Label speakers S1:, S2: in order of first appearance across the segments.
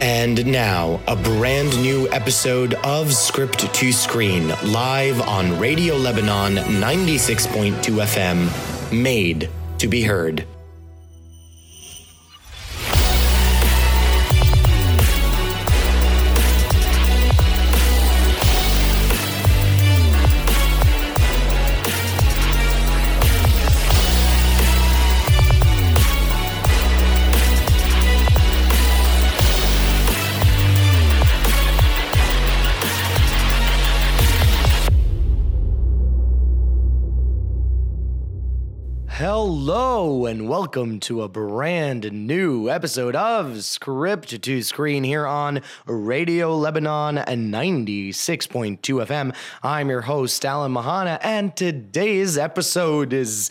S1: And now, a brand new episode of Script to Screen, live on Radio Lebanon 96.2 FM, made to be heard. Hello and welcome to a brand new episode of Script to Screen here on Radio Lebanon and 96.2 FM. I'm your host, Alan Mahana, and today's episode is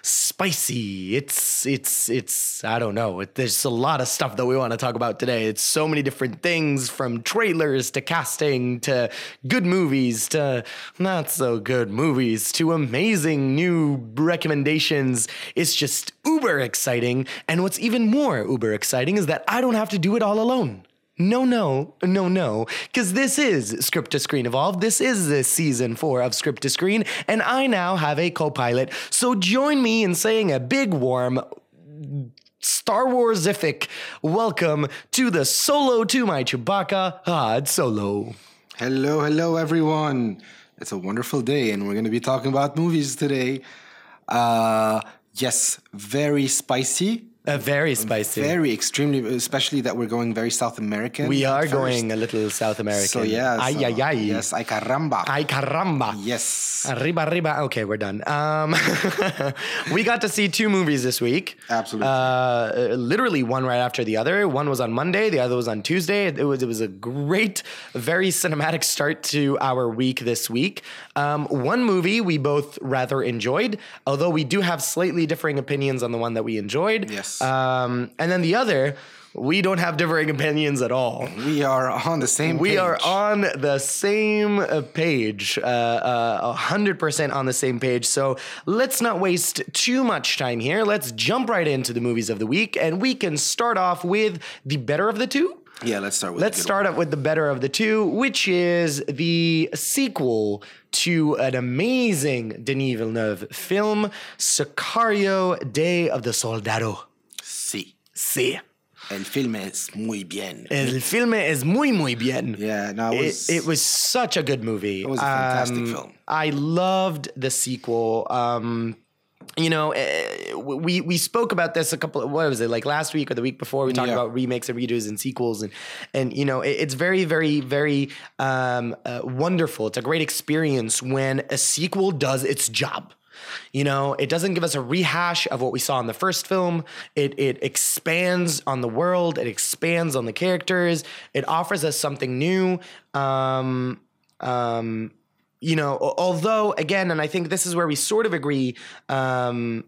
S1: spicy. It's it's it's I don't know. It, there's a lot of stuff that we want to talk about today. It's so many different things from trailers to casting to good movies to not so good movies to amazing new recommendations. It's just uber exciting. And what's even more uber exciting is that I don't have to do it all alone. No, no, no, no, because this is Script to Screen Evolved. This is the season four of Script to Screen, and I now have a co pilot. So join me in saying a big, warm, Star Warsific welcome to the solo to my Chewbacca Odd Solo.
S2: Hello, hello, everyone. It's a wonderful day, and we're going to be talking about movies today. Uh, yes, very spicy,
S1: Uh, very spicy.
S2: very extremely, especially that we're going very South American.
S1: we
S2: at
S1: are
S2: first.
S1: going a little South American.
S2: So yeah,
S1: Ay,
S2: so-
S1: ay, ay.
S2: yes, ay caramba,
S1: Ay, caramba.
S2: yes,
S1: Arriba, arriba. Okay, we're done. Um, we got to see two movies this week.
S2: Absolutely.
S1: Uh, literally one right after the other. One was on Monday, the other was on Tuesday. It was it was a great, very cinematic start to our week this week. Um, one movie we both rather enjoyed, although we do have slightly differing opinions on the one that we enjoyed.
S2: Yes.
S1: Um, and then the other, we don't have differing opinions at all.
S2: we are on the same.
S1: We
S2: page.
S1: are on the same uh, page, uh, uh, 100% on the same page. So let's not waste too much time here. Let's jump right into the movies of the week, and we can start off with the better of the two.
S2: Yeah, let's start with.
S1: Let's
S2: a good
S1: start up with the better of the two, which is the sequel to an amazing Denis Villeneuve film, Sicario Day of the Soldado.
S2: one. Sí,
S1: Sí.
S2: el filme es muy bien.
S1: El filme es muy, muy bien.
S2: yeah, no, it was.
S1: it, it was such a good movie. It um,
S2: was a fantastic film.
S1: I loved the sequel. Um, you know, eh, we we spoke about this a couple. What was it like last week or the week before? We talked
S2: Yeah.
S1: about remakes and redos and sequels, and and you know, it- it's very, very, very um, uh, wonderful. It's a great experience when a sequel does its job. You know, it doesn't give us a rehash of what we saw in the first film. It it expands on the world. It expands on the characters. It offers us something new. Um, um, you know, al- although again, and I think this is where we sort of agree. Um,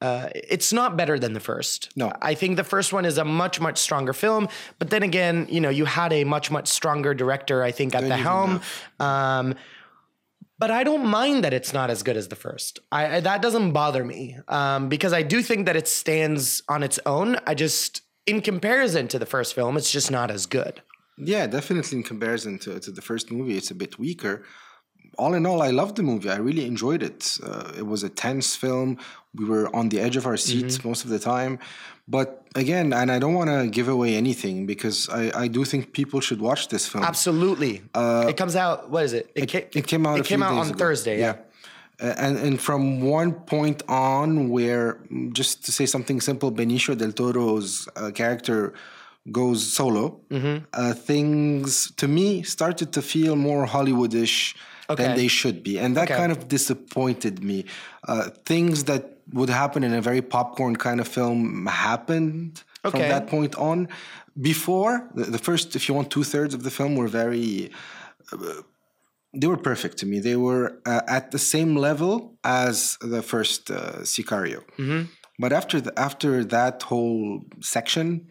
S1: uh, it's not better than the first.
S2: No.
S1: I think the first one is a much much stronger film. But then again, you know, you had a much much stronger director. I think at the
S2: even
S1: helm. Um, but I don't mind that it's not as good as the first. I, I that doesn't bother me um, because I do think that it stands on its own. I just, in comparison to the first film, it's just not as good.
S2: Yeah, definitely in comparison to, to the first movie, it's a bit weaker. All in all, I loved the movie. I really enjoyed it. Uh, it was a tense film. We were on the edge of our seats most of the time. But again, and I don't want to give away anything because I, I do think people should watch this film.
S1: Absolutely, it comes out. What is it? It, ca-
S2: Uh, It came out.
S1: It
S2: a few
S1: came out
S2: days
S1: on
S2: ago.
S1: Thursday. yeah.
S2: Uh, And and from one point on, where mm, just to say something simple, Benicio del Toro's uh, character goes solo,
S1: Mm-hmm.
S2: uh, things to me started to feel more Hollywoodish than
S1: Okay.
S2: they should be, and that
S1: Okay.
S2: kind of disappointed me. Uh, things that would happen in a very popcorn kind of film happened from
S1: Okay.
S2: that point on. Before the, the first, if you want, two thirds of the film were very they were perfect to me. They were uh, at the same level as the first uh, Sicario.
S1: Mm-hmm.
S2: But after the, after that whole section,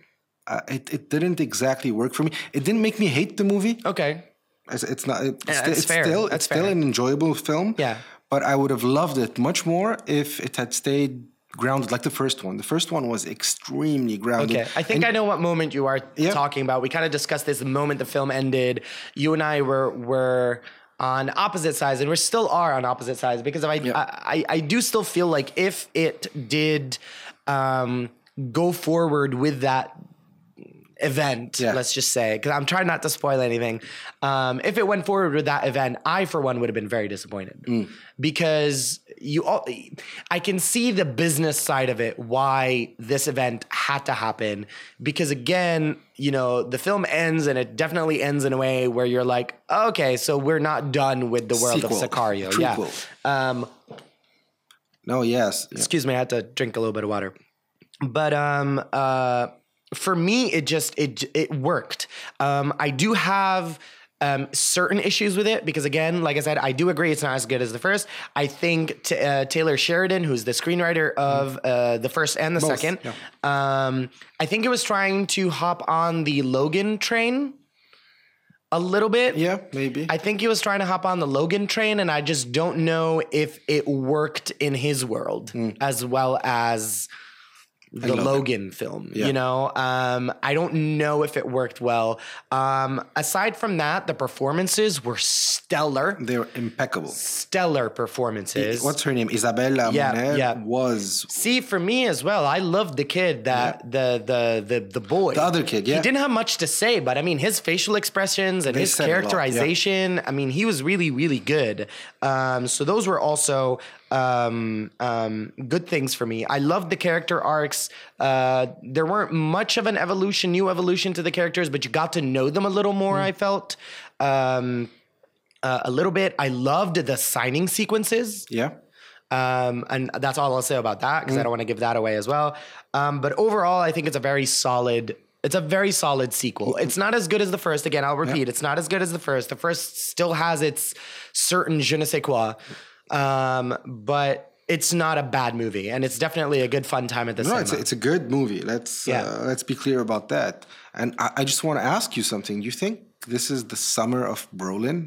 S2: uh, it, it didn't exactly work for me. It didn't make me hate the movie.
S1: Okay.
S2: It's, it's not. It's, sti-
S1: that's
S2: it's
S1: fair.
S2: still
S1: That's
S2: it's still
S1: fair.
S2: an enjoyable film.
S1: Yeah.
S2: But I would have loved it much more if it had stayed grounded like the first one. The first one was extremely grounded.
S1: Okay, I think I know what moment you are
S2: Yeah.
S1: talking about. We kind of discussed this the moment the film ended. You and I were were on opposite sides, and we still are on opposite sides because if I, I, I I do still feel like if it did um, go forward with that event,
S2: Yeah.
S1: let's just say, because I'm trying not to spoil anything. Um, if it went forward with that event, I for one would have been very disappointed
S2: Mm.
S1: because you all, I can see the business side of it, why this event had to happen. Because again, you know, the film ends and it definitely ends in a way where you're like, okay, so we're not done with the world
S2: Sequel.
S1: of Sicario.
S2: Prequel.
S1: Yeah. Um,
S2: No, yes. Yeah.
S1: excuse me i had to drink a little bit of water but um uh for me it just it it worked um i do have um, certain issues with it because again like i said i do agree it's not as good as the first i think t- uh, taylor sheridan who's the screenwriter of uh, the first and the second
S2: Mm-hmm. yeah.
S1: um, i think it was trying to hop on the logan train a little bit
S2: Yeah, maybe.
S1: I think he was trying to hop on the Logan train, and I just don't know if it worked in his world as well as the
S2: Hmm. love
S1: Logan.
S2: it.
S1: film.
S2: Yeah.
S1: You know, um, I don't know if it worked well. Um, aside from that, the performances were stellar,
S2: They're impeccable.
S1: stellar performances.
S2: What's her name? Isabella
S1: Yeah,
S2: Monet
S1: yeah.
S2: was
S1: See, for me as well, I loved the kid that the, the the the boy,
S2: the other kid, yeah.
S1: He didn't have much to say, but I mean, his facial expressions and
S2: They
S1: his
S2: said a lot, yeah.
S1: characterization. I mean, he was really, really good. Um, so those were also um, um, good things for me. I loved the character arcs. Uh, there weren't much of an evolution, new evolution to the characters, but you got to know them a little more.
S2: Mm.
S1: I felt. Um, uh, a little bit. I loved the signing sequences.
S2: yeah.
S1: Um, and that's all I'll say about that because I
S2: Mm.
S1: don't want to give that away as well. Um, but overall, I think it's a very solid. It's a very solid sequel.
S2: Mm-hmm.
S1: It's not as good as the first. Again, I'll repeat. It's not as good as the first. The first still has its certain je ne sais quoi, um, but it's not a bad movie, and it's definitely a good fun time at the
S2: No,
S1: cinema.
S2: it's a, it's a good movie. Let's
S1: Yeah.
S2: uh, let's be clear about that. And I, I just want to ask you something. You think this is the summer of Brolin?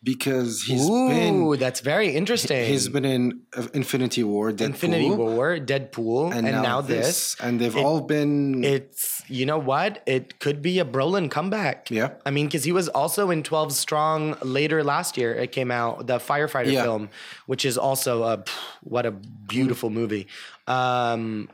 S2: Because he's been
S1: Ooh, that's very interesting.
S2: he's been in uh, Infinity War, Deadpool,
S1: Infinity War, Deadpool, and, now, this.
S2: and they've all been
S1: It's you know what? It could be a Brolin comeback.
S2: Yeah.
S1: I mean, because he was also in 12 Strong later last year. It came out, the firefighter
S2: Yeah.
S1: film, which is also a pff, what a beautiful movie. Um,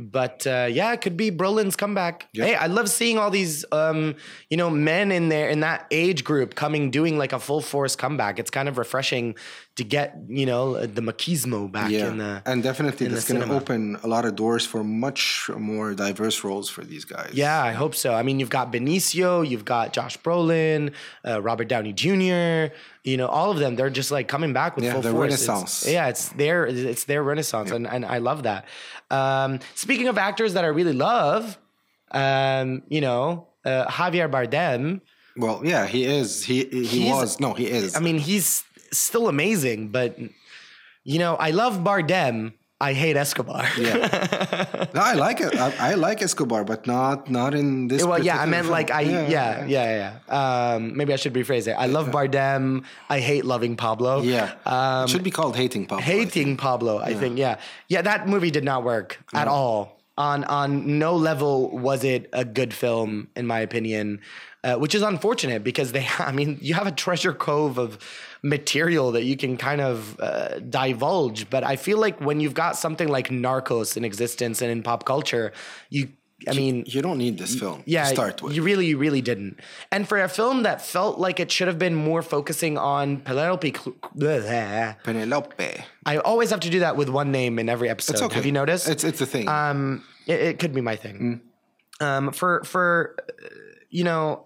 S1: but uh, yeah, it could be Brolin's comeback. Hey, I love seeing all these um, you know men in there in that age group coming doing like a full force comeback. It's kind of refreshing to get you know the machismo back
S2: yeah,
S1: in the
S2: and definitely that's
S1: the
S2: going to
S1: cinema.
S2: open a lot of doors for much more diverse roles for these guys.
S1: Yeah, I hope so. I mean, you've got Benicio, you've got Josh Brolin, uh, Robert Downey Jr. You know, all of them. They're just like coming back with
S2: Yeah,
S1: full
S2: the
S1: force.
S2: renaissance.
S1: It's, yeah, it's their it's their renaissance, and, and I love that. Um, speaking of actors that I really love, um, you know, uh, Javier Bardem.
S2: Well, yeah, he is. He he
S1: He's-
S2: was. No, he is.
S1: I mean, he's still amazing, but you know, I love Bardem. I hate Escobar.
S2: No, I like it. I, I like Escobar, but not not in this.
S1: Well, yeah, I
S2: particular
S1: meant
S2: film.
S1: like I, yeah, yeah, yeah. yeah. Um, maybe I should rephrase it. I love Bardem. I hate loving Pablo.
S2: Yeah. it should be called hating Pablo. I think.
S1: Um, hating Pablo. I think, yeah, yeah. That movie did not work at all. On on no level was it a good film, in my opinion, uh, which is unfortunate because they. I mean, you have a treasure cove of material that you can kind of uh, divulge, but I feel like when you've got something like Narcos in existence and in pop culture, you. I mean,
S2: You don't need this film
S1: yeah,
S2: to start with.
S1: You really, you really didn't. And for a film that felt like it should have been more focusing on Penelope, Cl- bleh.
S2: Penelope.
S1: I always have to do that with one name in every episode.
S2: It's okay.
S1: Have you noticed?
S2: It's it's a thing.
S1: um, it, it could be my thing. Um, for for uh, you know.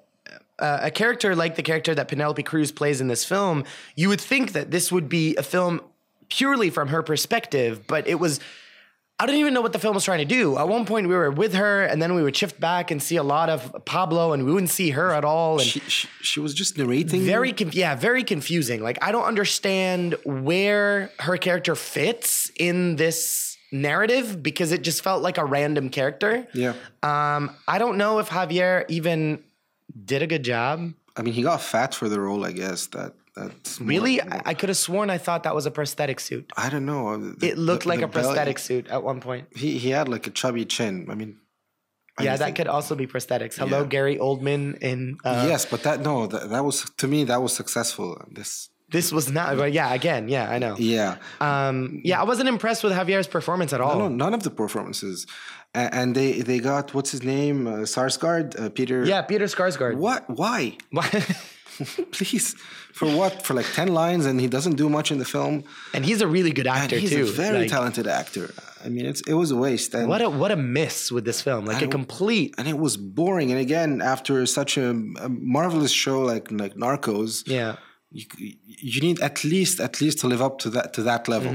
S1: Uh, a character like the character that Penelope Cruz plays in this film, you would think that this would be a film purely from her perspective, but it was I don't even know what the film was trying to do. At one point, we were with her, and then we would shift back and see a lot of Pablo, and we wouldn't see her at all. And
S2: she, she she was just narrating.
S1: very, conf- yeah, very confusing. Like I don't understand where her character fits in this narrative because it just felt like a random character.
S2: yeah.
S1: Um, I don't know if Javier even did a good job.
S2: I mean, he got fat for the role. I guess that That's more-
S1: Really? I, I could have sworn I thought that was a prosthetic suit.
S2: I don't know. The-
S1: It looked
S2: the-
S1: like
S2: the
S1: a
S2: belly-
S1: prosthetic suit at one point.
S2: He he had like a chubby chin. I mean, I
S1: Yeah,
S2: mean,
S1: that could also be prosthetics. Hello,
S2: Yeah.
S1: Gary Oldman. In uh,
S2: yes, but that no, that, that was to me that was successful. This
S1: this was not. But yeah, again, yeah, I know.
S2: yeah,
S1: Um, yeah, I wasn't impressed with Javier's performance at all.
S2: no, none of the performances, and, and they they got what's his name, uh, Sarsgaard, uh, Peter.
S1: Yeah, Peter Skarsgård.
S2: What? Why?
S1: Why-
S2: Please, for what? For like ten lines, and he doesn't do much in the film.
S1: and he's a really good
S2: And
S1: actor
S2: he's
S1: too.
S2: a very
S1: Like,
S2: talented actor. I mean, it's it was a waste. And,
S1: What a what a miss with this film. Like a complete.
S2: and it was boring. And again, after such a, a marvelous show like like Narcos,
S1: Yeah.
S2: you, you need at least at least to live up to that to that level.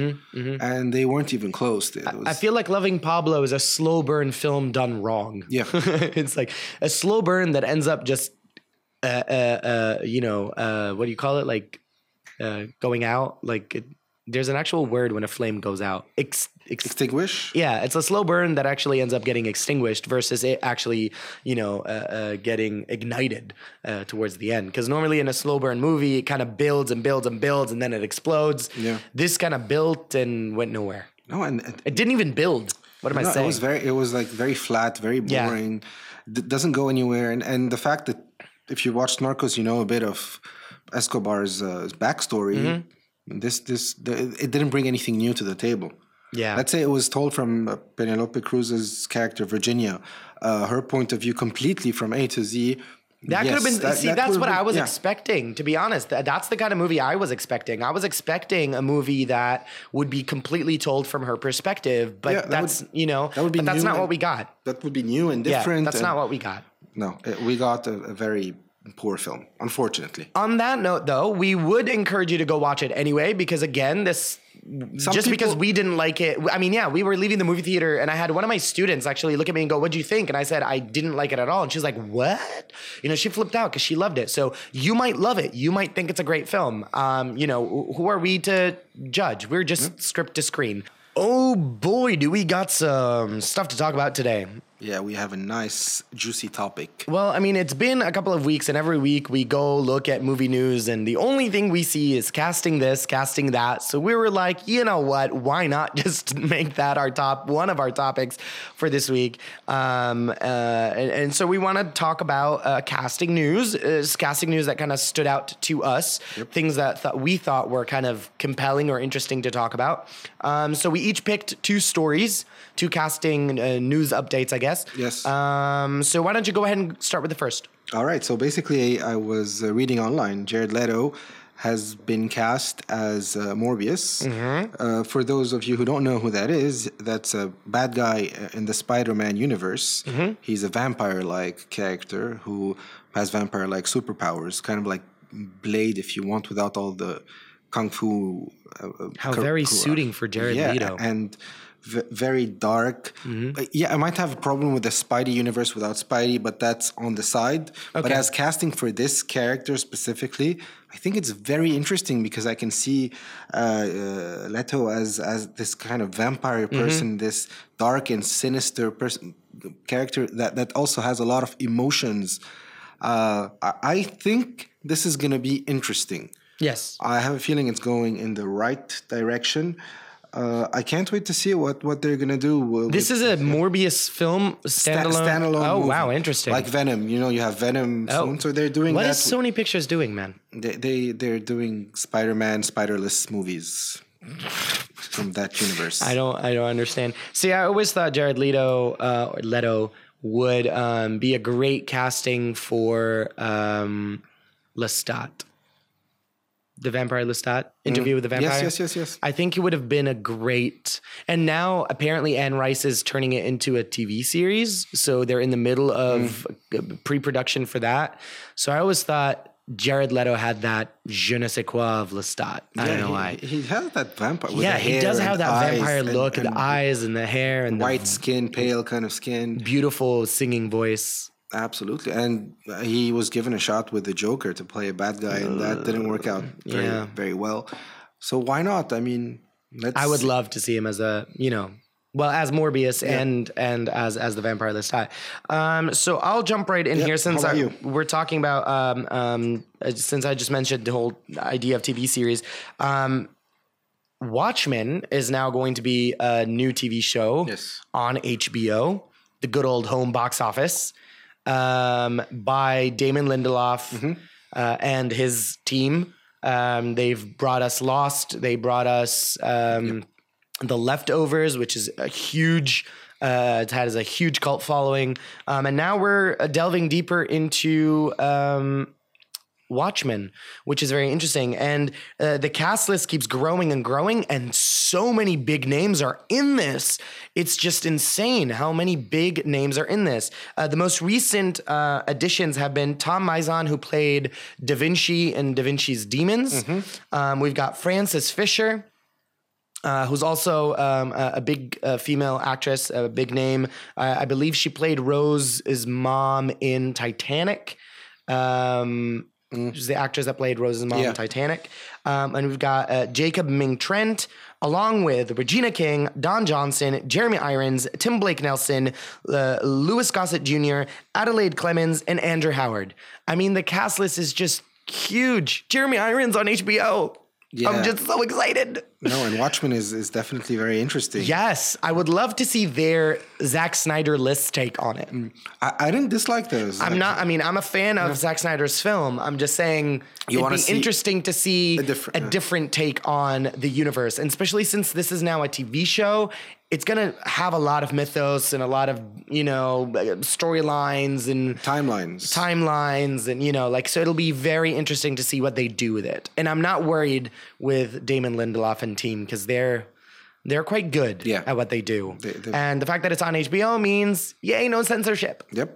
S2: And they weren't even close. It was,
S1: Mm-hmm, I feel like Loving Pablo is a slow burn film done wrong.
S2: Yeah.
S1: it's like a slow burn that ends up just, uh, uh, uh, you know, uh, what do you call it? Like uh, going out. Like it, there's an actual word when a flame goes out. Ex- ex-
S2: extinguish.
S1: yeah, it's a slow burn that actually ends up getting extinguished versus it actually, you know, uh, uh, getting ignited uh, towards the end. Because normally in a slow burn movie, it kind of builds and builds and builds and then it explodes.
S2: Yeah.
S1: This kind of built and went nowhere.
S2: No, and and-
S1: It didn't even build. What am I
S2: no,
S1: saying?
S2: it was very it was like very flat, very
S1: Yeah.
S2: boring. D- doesn't go anywhere. And and the fact that if you watched Narcos, you know a bit of Escobar's uh, backstory.
S1: Mm-hmm.
S2: This this the, it didn't bring anything new to the table.
S1: yeah.
S2: Let's say it was told from uh, Penelope Cruz's character Virginia, uh, her point of view completely from A to Z.
S1: that could have
S2: Yes,
S1: been. see,
S2: that
S1: that's
S2: would've
S1: what
S2: been-
S1: I was
S2: yeah.
S1: expecting. To be honest, That- that's the kind of movie I was expecting. I was expecting a movie that would be completely told from her perspective, but
S2: Yeah, that would-
S1: that's you know,
S2: that would be
S1: but that's
S2: new
S1: not what
S2: and
S1: we got.
S2: That would be new and
S1: Yeah,
S2: different.
S1: that's
S2: and-
S1: not what we got.
S2: No, uh, we got a, a very poor film, unfortunately.
S1: On that note, though, we would encourage you to go watch it anyway, because again, this just because
S2: people-
S1: we didn't like it. I mean, yeah, we were leaving the movie theater, and I had one of my students actually look at me and go, "What'd you think?" And I said, "I didn't like it at all." And she's like, "What?" You know, she flipped out because she loved it. So you might love it. You might think it's a great film. Um, you know, wh- who are we to judge? We're just script to screen. Oh boy, do we got some stuff to talk about today.
S2: Yeah, we have a nice juicy topic.
S1: Well, I mean, it's been a couple of weeks, and every week we go look at movie news, and the only thing we see is casting this, casting that. So we were like, you know what? Why not just make that our top one of our topics for this week? Um, uh, and, and so we want to talk about uh, casting news, uh, casting news that kind of stood out to us, things that th- we thought were kind of compelling or interesting to talk about. Um, so we each picked two stories, two casting uh, news updates, I guess.
S2: Yes.
S1: Um, so why don't you go ahead and start with the first?
S2: All right, so basically, I was uh, reading online. Jared Leto has been cast as uh, Morbius.
S1: Mm-hmm.
S2: Uh, for those of you who don't know who that is, that's a bad guy uh, in the Spider Man universe.
S1: Mm-hmm.
S2: He's a vampire like character who has vampire like superpowers, kind of like Blade, if you want, without all the kung fu. Uh, uh,
S1: How
S2: cor-
S1: Oh, very
S2: cor-
S1: suiting for Jared
S2: yeah,
S1: Leto.
S2: and v- very dark. But yeah, I might have a problem with the Spidey universe without Spidey, but that's on the side. But
S1: Okay.
S2: as casting for this character specifically, I think it's very interesting because I can see uh, uh, Leto as as this kind of vampire person, this dark and sinister person character that that also has a lot of emotions. Uh, I, I think this is going to be interesting.
S1: Yes.
S2: I have a feeling it's going in the right direction. Uh, I can't wait to see what, what they're gonna do. With,
S1: This is a Morbius film
S2: sta-
S1: standalone.
S2: standalone.
S1: oh
S2: movie.
S1: wow, interesting. Oh,
S2: Like Venom, you know, you have Venom soon, so they're doing
S1: What
S2: that.
S1: is Sony Pictures doing, man?
S2: they, they they're doing Spider-Man, Spiderless movies from that universe.
S1: I don't I don't understand. See, I always thought Jared Leto uh, or Leto would um, be a great casting for um, Lestat, the vampire Lestat interview with the vampire.
S2: Mm. yes, yes, yes, yes.
S1: I think it would have been a great. And now apparently Anne Rice is turning it into a TV series, so they're in the middle of
S2: Mm.
S1: pre-production for that. So I always thought Jared Leto had that je ne sais quoi of Lestat. I don't know
S2: he,
S1: why.
S2: He has that vampire. With
S1: Yeah,
S2: the
S1: he
S2: hair
S1: does
S2: and
S1: have that
S2: eyes
S1: vampire
S2: and-
S1: look,
S2: and
S1: the eyes and the hair and the
S2: white skin, pale kind of skin.
S1: beautiful singing voice.
S2: Absolutely, and uh, he was given a shot with the Joker to play a bad guy, and that didn't work out very,
S1: Uh, yeah.
S2: very well. So why not? I mean, let's.
S1: I would love to see him as a, you know, Well, as Morbius and and as as the Vampire List High. Um, so I'll jump right in here since
S2: how
S1: I,
S2: about you?
S1: we're talking about um, um, uh, since I just mentioned the whole idea of TV series. Um, Watchmen is now going to be a new TV show
S2: Yes.
S1: on HBO, the good old home box office, um, by Damon Lindelof uh, and his team. Um, they've brought us Lost. They brought us um, The Leftovers, which is a huge. Uh, it has a huge cult following, um, and now we're uh, delving deeper into um, Watchmen, which is very interesting. And uh, the cast list keeps growing and growing, and so many big names are in this. It's just insane how many big names are in this. Uh, the most recent uh, additions have been Tom Mizan, who played Da Vinci in Da Vinci's Demons. Um, we've got Frances Fisher. Uh, who's also um, a, a big uh, female actress, a big name. Uh, I believe she played Rose's mom in Titanic. Um, She's the actress that played Rose's mom
S2: Mm. Yeah.
S1: in Titanic. Um, and we've got uh, Jacob Ming Trent, along with Regina King, Don Johnson, Jeremy Irons, Tim Blake Nelson, uh, Louis Gossett Jr., Adelaide Clemens, and Andrew Howard. I mean, the cast list is just huge. Jeremy Irons on HBO.
S2: Yeah.
S1: I'm just so excited.
S2: No, and Watchmen is, is definitely very interesting.
S1: Yes, I would love to see their Zack Snyder list take on it.
S2: I, I didn't dislike those.
S1: I'm not. I mean, I'm a fan of Zack Snyder's film. I'm just saying it'd
S2: wanna
S1: be
S2: see
S1: interesting to see a
S2: different- yeah.
S1: different take on the universe, and especially since this is now a TV show. It's gonna have a lot of mythos and a lot of you know storylines and
S2: timelines.
S1: timelines and you know like so it'll be very interesting to see what they do with it and i'm not worried with damon lindelof and team because they're they're quite good
S2: Yeah.
S1: at what they do
S2: they-
S1: and the fact that it's on hbo means yay no censorship
S2: yep.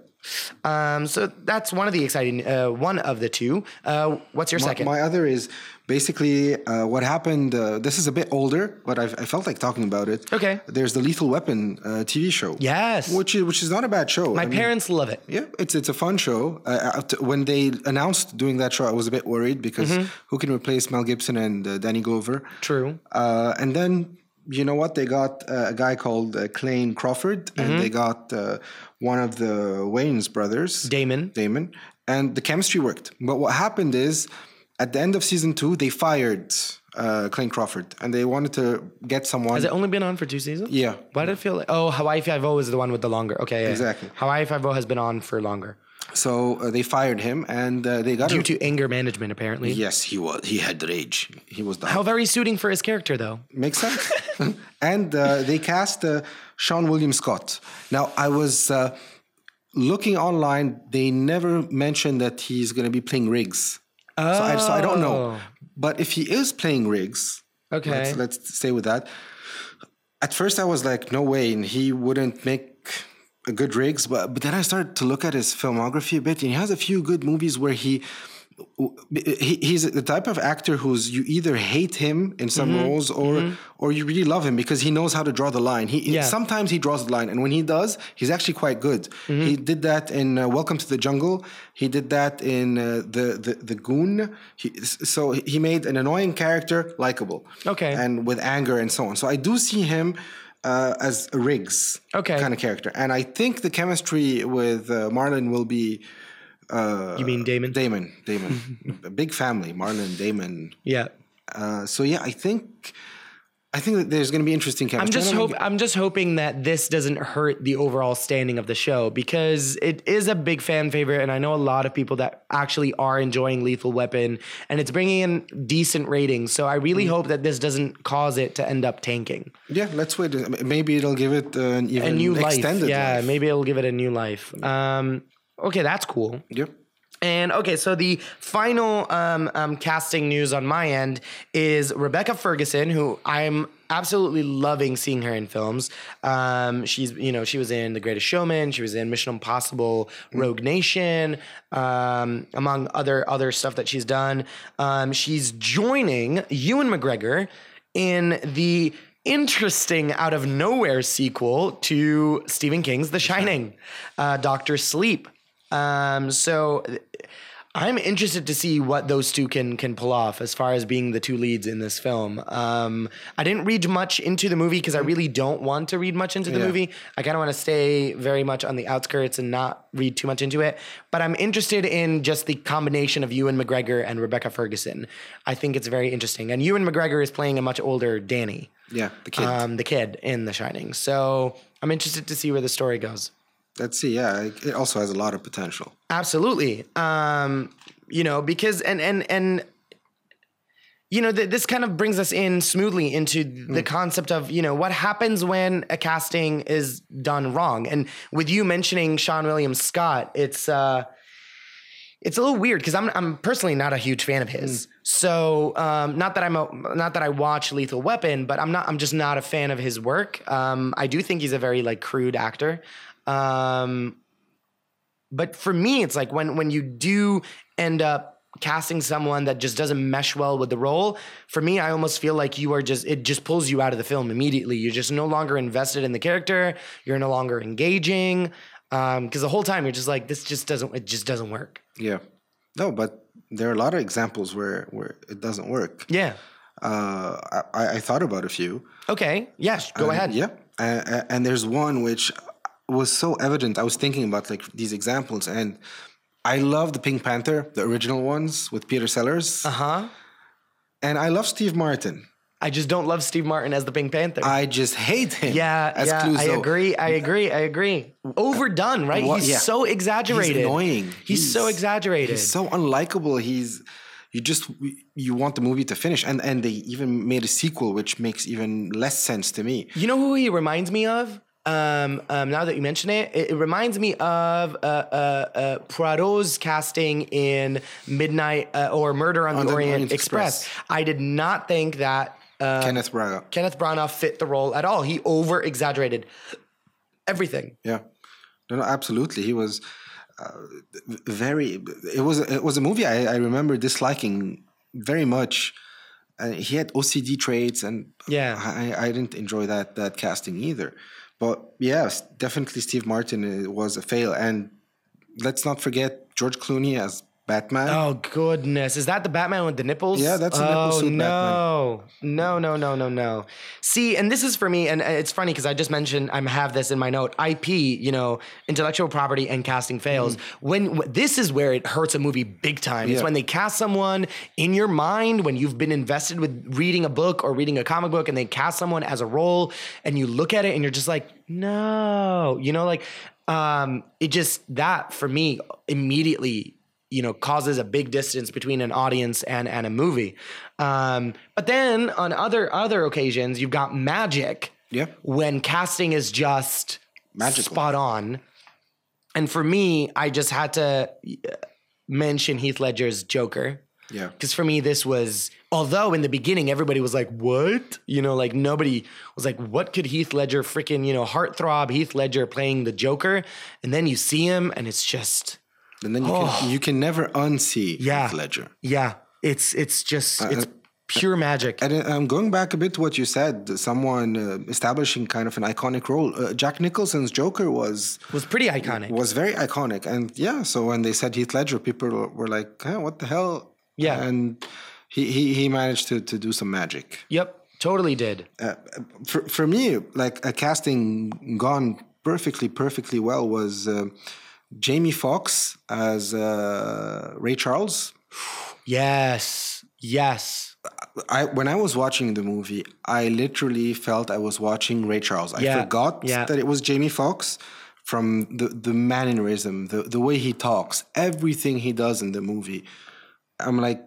S1: um, so that's one of the exciting uh, one of the two uh, what's your second
S2: My other is basically uh, what happened. Uh, this is a bit older, but I've, I felt like talking about it.
S1: Okay.
S2: There's the Lethal Weapon uh, TV show.
S1: Yes.
S2: Which is, which is not a bad show.
S1: my parents love it
S2: yeah, it's it's a fun show. Uh, Uh, t- when they announced doing that show, I was a bit worried because who can replace Mel Gibson and uh, Danny Glover?
S1: Mm-hmm. True.
S2: Uh, and then you know what? They got uh, a guy called uh, Clayne Crawford,
S1: Mm-hmm.
S2: and they got uh, one of the Wayne's brothers,
S1: damon
S2: Damon, and the chemistry worked. But what happened is, at the end of season two, they fired uh, Clayne Crawford, and they wanted to get someone.
S1: has it only been on for two seasons
S2: yeah,
S1: why did it feel like oh hawaii five-o is the one with the longer okay yeah.
S2: Exactly.
S1: hawaii five-o has been on for longer
S2: so uh, they fired him, and uh, they got
S1: due
S2: him.
S1: to anger management apparently
S2: Yes, he was. He had rage. He was the.
S1: how very suiting for his character though
S2: Makes sense. and uh, they cast uh, Sean William Scott. Now, I was uh, looking online. They never mentioned that he's going to be playing Riggs. Oh. So, I, so I don't know. But if he is playing Riggs,
S1: Okay.
S2: let's, let's stay with that. At first, I was like, no way, and he wouldn't make a good Riggs. But, but then I started to look at his filmography a bit, and he has a few good movies where he he, he's the type of actor who's you either hate him in some
S1: Mm-hmm.
S2: roles or or you really love him because he knows how to draw the line. He he-
S1: Yeah.
S2: sometimes he draws the line, and when he does, he's actually quite good.
S1: Mm-hmm.
S2: He did that in uh, Welcome to the Jungle. He did that in uh, the, the the Goon. He, so he made an annoying character likable.
S1: Okay.
S2: and with anger and so on. So I do see him. Uh, as a Riggs
S1: Okay.
S2: kind of character, and I think the chemistry with uh, Marlon will be uh,
S1: You mean Damon?
S2: Damon, Damon, a big family, Marlon, Damon.
S1: yeah.
S2: Uh, so yeah, I think, I think that there's going to be interesting
S1: I'm
S2: chemistry.
S1: just
S2: And
S1: hope I'm just hoping that this doesn't hurt the overall standing of the show because it is a big fan favorite and I know a lot of people that actually are enjoying Lethal Weapon and it's bringing in decent ratings. So I
S2: Mm.
S1: really hope that this doesn't cause it to end up tanking.
S2: Yeah, let's wait. Uh, Maybe it'll give it an even
S1: A new life.
S2: extended
S1: Yeah,
S2: life.
S1: maybe it'll give it a new life. Um okay, that's cool.
S2: Yep.
S1: And okay, so the final um, um, casting news on my end is Rebecca Ferguson, who I'm absolutely loving seeing her in films. Um, she's, you know, she was in The Greatest Showman, she was in Mission Impossible, Rogue Nation, um, among other other stuff that she's done. Um, she's joining Ewan McGregor in the interesting out of nowhere sequel to Stephen King's The Shining, uh, Doctor Sleep. Um, so I'm interested to see what those two can can pull off as far as being the two leads in this film. Um, I didn't read much into the movie because I really don't want to read much into the
S2: Yeah.
S1: movie. I kind of want to stay very much on the outskirts and not read too much into it. But I'm interested in just the combination of Ewan McGregor and Rebecca Ferguson. I think it's very interesting. And Ewan McGregor is playing a much older Danny,
S2: Yeah, the kid.
S1: um, the kid in The Shining. So I'm interested to see where the story goes.
S2: Let's see. Yeah, it it also has a lot of potential.
S1: Absolutely. Um, you know, because and and and you know, th- this kind of brings us in smoothly into the concept of, you know, what happens when a casting is done wrong. And with you mentioning Sean William Scott, it's uh it's a little weird because I'm I'm personally not a huge fan of his. So um, not that I'm a, not that I watch Lethal Weapon, but I'm not I'm just not a fan of his work. Um, I do think he's a very like crude actor. Um, but for me, it's like when when you do end up casting someone that just doesn't mesh well with the role for me i almost feel like you are just it just pulls you out of the film immediately you're just no longer invested in the character you're no longer engaging because the whole time you're just like this just doesn't it just doesn't work
S2: Yeah. No, but there are a lot of examples where, where it doesn't work.
S1: yeah
S2: Uh, I, I thought about a few.
S1: Okay. Yes. Go
S2: And-
S1: ahead.
S2: Uh, Yeah, A- a- and there's one which was so evident. I was thinking about like these examples, and I love the Pink Panther, the original ones with Peter Sellers,
S1: Uh huh.
S2: and I love Steve Martin.
S1: I just don't love Steve Martin as the Pink Panther.
S2: I just hate him.
S1: yeah.
S2: as
S1: yeah. I
S2: Clouseau.
S1: agree. I agree. I agree. Overdone, right?
S2: What-
S1: he's
S2: yeah.
S1: so exaggerated.
S2: He's annoying.
S1: He's, so exaggerated.
S2: He's so unlikable. He's you just you want the movie to finish, and and they even made a sequel, which makes even less sense to me.
S1: you know who he reminds me of? Um, um, now that you mention it, it, it reminds me of uh, uh, uh, Poirot's casting in Midnight uh, or Murder on, the
S2: the
S1: Orient,
S2: Orient
S1: Express. I did not think that uh,
S2: Kenneth Branagh.
S1: Kenneth Branagh fit the role at all. He over exaggerated everything.
S2: Yeah, no, no, absolutely. He was uh, v- very. It was it was a movie I, I remember disliking very much. Uh, he had OCD traits, and
S1: Yeah.
S2: I, I didn't enjoy that that casting either. But yes, definitely Steve Martin uh, was a fail, and let's not forget George Clooney as Batman.
S1: Oh goodness! Is that the Batman with the nipples?
S2: Yeah, that's the nipple
S1: oh,
S2: suit
S1: no. No, no, no, no, no. See, and this is for me, and uh, it's funny because I just mentioned I have this in my note. IP, you know, intellectual property and casting fails. When w- this is where it hurts a movie big time. It's
S2: Mm-hmm. Yeah.
S1: when they cast someone in your mind when you've been invested with reading a book or reading a comic book, and they cast someone as a role, and you look at it and you're just like, no, you know, like. Um, it just that for me immediately you know causes a big distance between an audience and and a movie um, but then on other other occasions you've got magic
S2: Yeah.
S1: when casting is just
S2: Magical.
S1: spot on and for me i just had to uh, mention heath ledger's joker
S2: Yeah,
S1: because for me this was although in the beginning everybody was like what you know like nobody was like what could heath ledger freaking you know heartthrob heath ledger playing the joker and then you see him and it's just
S2: and then you can you can never unsee
S1: Oh. Yeah.
S2: Heath Ledger.
S1: Yeah, it's it's just it's pure magic.
S2: And uh, I'm going back a bit to what you said. Someone uh, establishing kind of an iconic role. Uh, Jack Nicholson's Joker was
S1: It was pretty iconic.
S2: was very iconic, and yeah. So when they said Heath Ledger, people were like, huh, "What the hell?"
S1: Yeah.
S2: and he he, he managed to to do some magic.
S1: Yep, totally did.
S2: Uh, For for me, like a casting gone perfectly, perfectly well was. Uh, Jamie Foxx as uh, Ray Charles.
S1: Yes, yes.
S2: I when I was watching the movie, I literally felt I was watching Ray Charles. I
S1: Yeah,
S2: forgot
S1: yeah.
S2: that it was Jamie Foxx from the the mannerism, the the way he talks, everything he does in the movie. I'm like,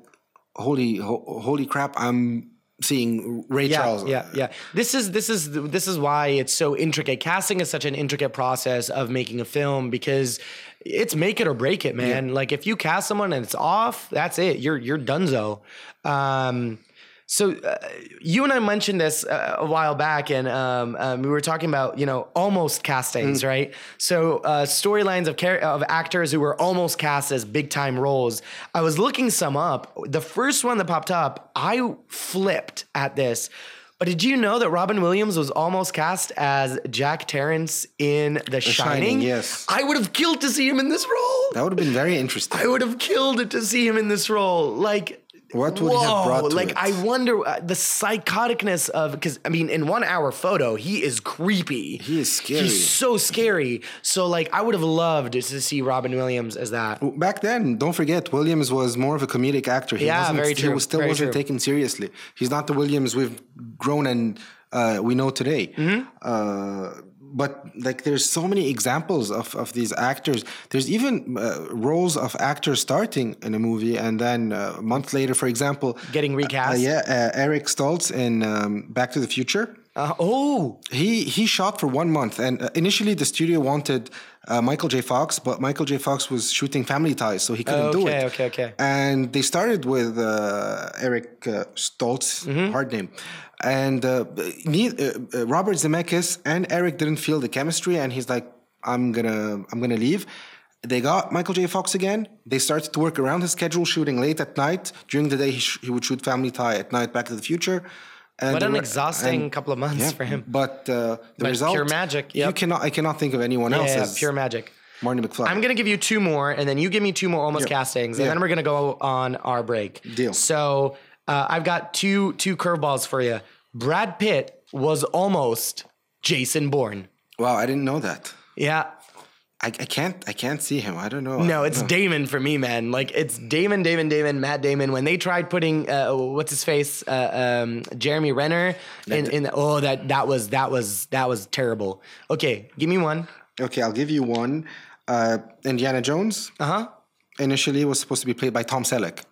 S2: holy ho- holy crap! I'm seeing Ray
S1: Yeah,
S2: Charles. uh,
S1: yeah, yeah. This is this is this is why it's so intricate. Casting is such an intricate process of making a film because it's make it or break it, man. Like if you cast someone and it's off, that's it. You're you're dunzo. Um, so uh, you and I mentioned this uh, a while back, and um, um, we were talking about you know almost castings, right? So uh, storylines of char- of actors who were almost cast as big time roles. I was looking some up. The first one that popped up, I flipped at this. But did you know that Robin Williams was almost cast as Jack Terrence in The, Shining?
S2: Shining, yes.
S1: I would have killed to see him in this role.
S2: That would have been very interesting.
S1: I would have killed it to see him in this role. Like,
S2: What would he have brought to
S1: like,
S2: it?
S1: I wonder uh, the psychoticness of because I mean, in one hour photo, he is creepy.
S2: He is scary.
S1: He's so scary. So like, I would have loved to see Robin Williams as that.
S2: Back then, don't forget, Williams was more of a comedic actor. He
S1: Yeah,
S2: wasn't,
S1: very
S2: He
S1: true,
S2: was still
S1: very
S2: wasn't
S1: true.
S2: taken seriously. He's not the Williams we've grown and uh, we know today.
S1: Mm-hmm.
S2: Uh, but like, there's so many examples of, of these actors. There's even uh, roles of actors starting in a movie and then uh, a month later, for example,
S1: Getting recast.
S2: Uh, yeah, uh, Eric Stoltz in um, Back to the Future.
S1: Uh, oh,
S2: He he shot for one month, and uh, initially the studio wanted uh, Michael J. Fox, but Michael J. Fox was shooting Family Ties, so he couldn't do
S1: Okay,
S2: it.
S1: okay, okay.
S2: And they started with uh, Eric uh, Stoltz,
S1: Mm-hmm.
S2: hard name, and uh, ne- uh, uh, Robert Zemeckis and Eric didn't feel the chemistry, and he's like, "I'm gonna I'm gonna leave." They got Michael J. Fox again. They started to work around his schedule, shooting late at night. During the day, he, sh- he would shoot Family Tie. At night, Back to the Future. And
S1: what
S2: they
S1: an
S2: were-
S1: exhausting
S2: and-
S1: couple of months
S2: yeah,
S1: for him.
S2: But uh, the result,
S1: pure magic,
S2: You
S1: yep.
S2: cannot. I cannot think of anyone else
S1: Yeah,
S2: as
S1: pure magic.
S2: Marty McFly.
S1: I'm gonna give you two more, and then you give me two more almost
S2: Yeah.
S1: castings, and
S2: Yeah.
S1: then we're gonna go on our break.
S2: Deal.
S1: So uh, I've got two two curveballs for you. Brad Pitt was almost Jason Bourne.
S2: wow, I didn't know that.
S1: Yeah.
S2: I, I can't. I can't see him. I don't know.
S1: No, it's Damon for me, man. Like it's Damon, Damon, Damon, Matt Damon. When they tried putting uh, what's his face, uh, um, Jeremy Renner, in, in oh that that was that was that was terrible. Okay, give me one.
S2: okay. I'll give you one. Uh, Indiana Jones
S1: Uh huh.
S2: initially was supposed to be played by Tom Selleck.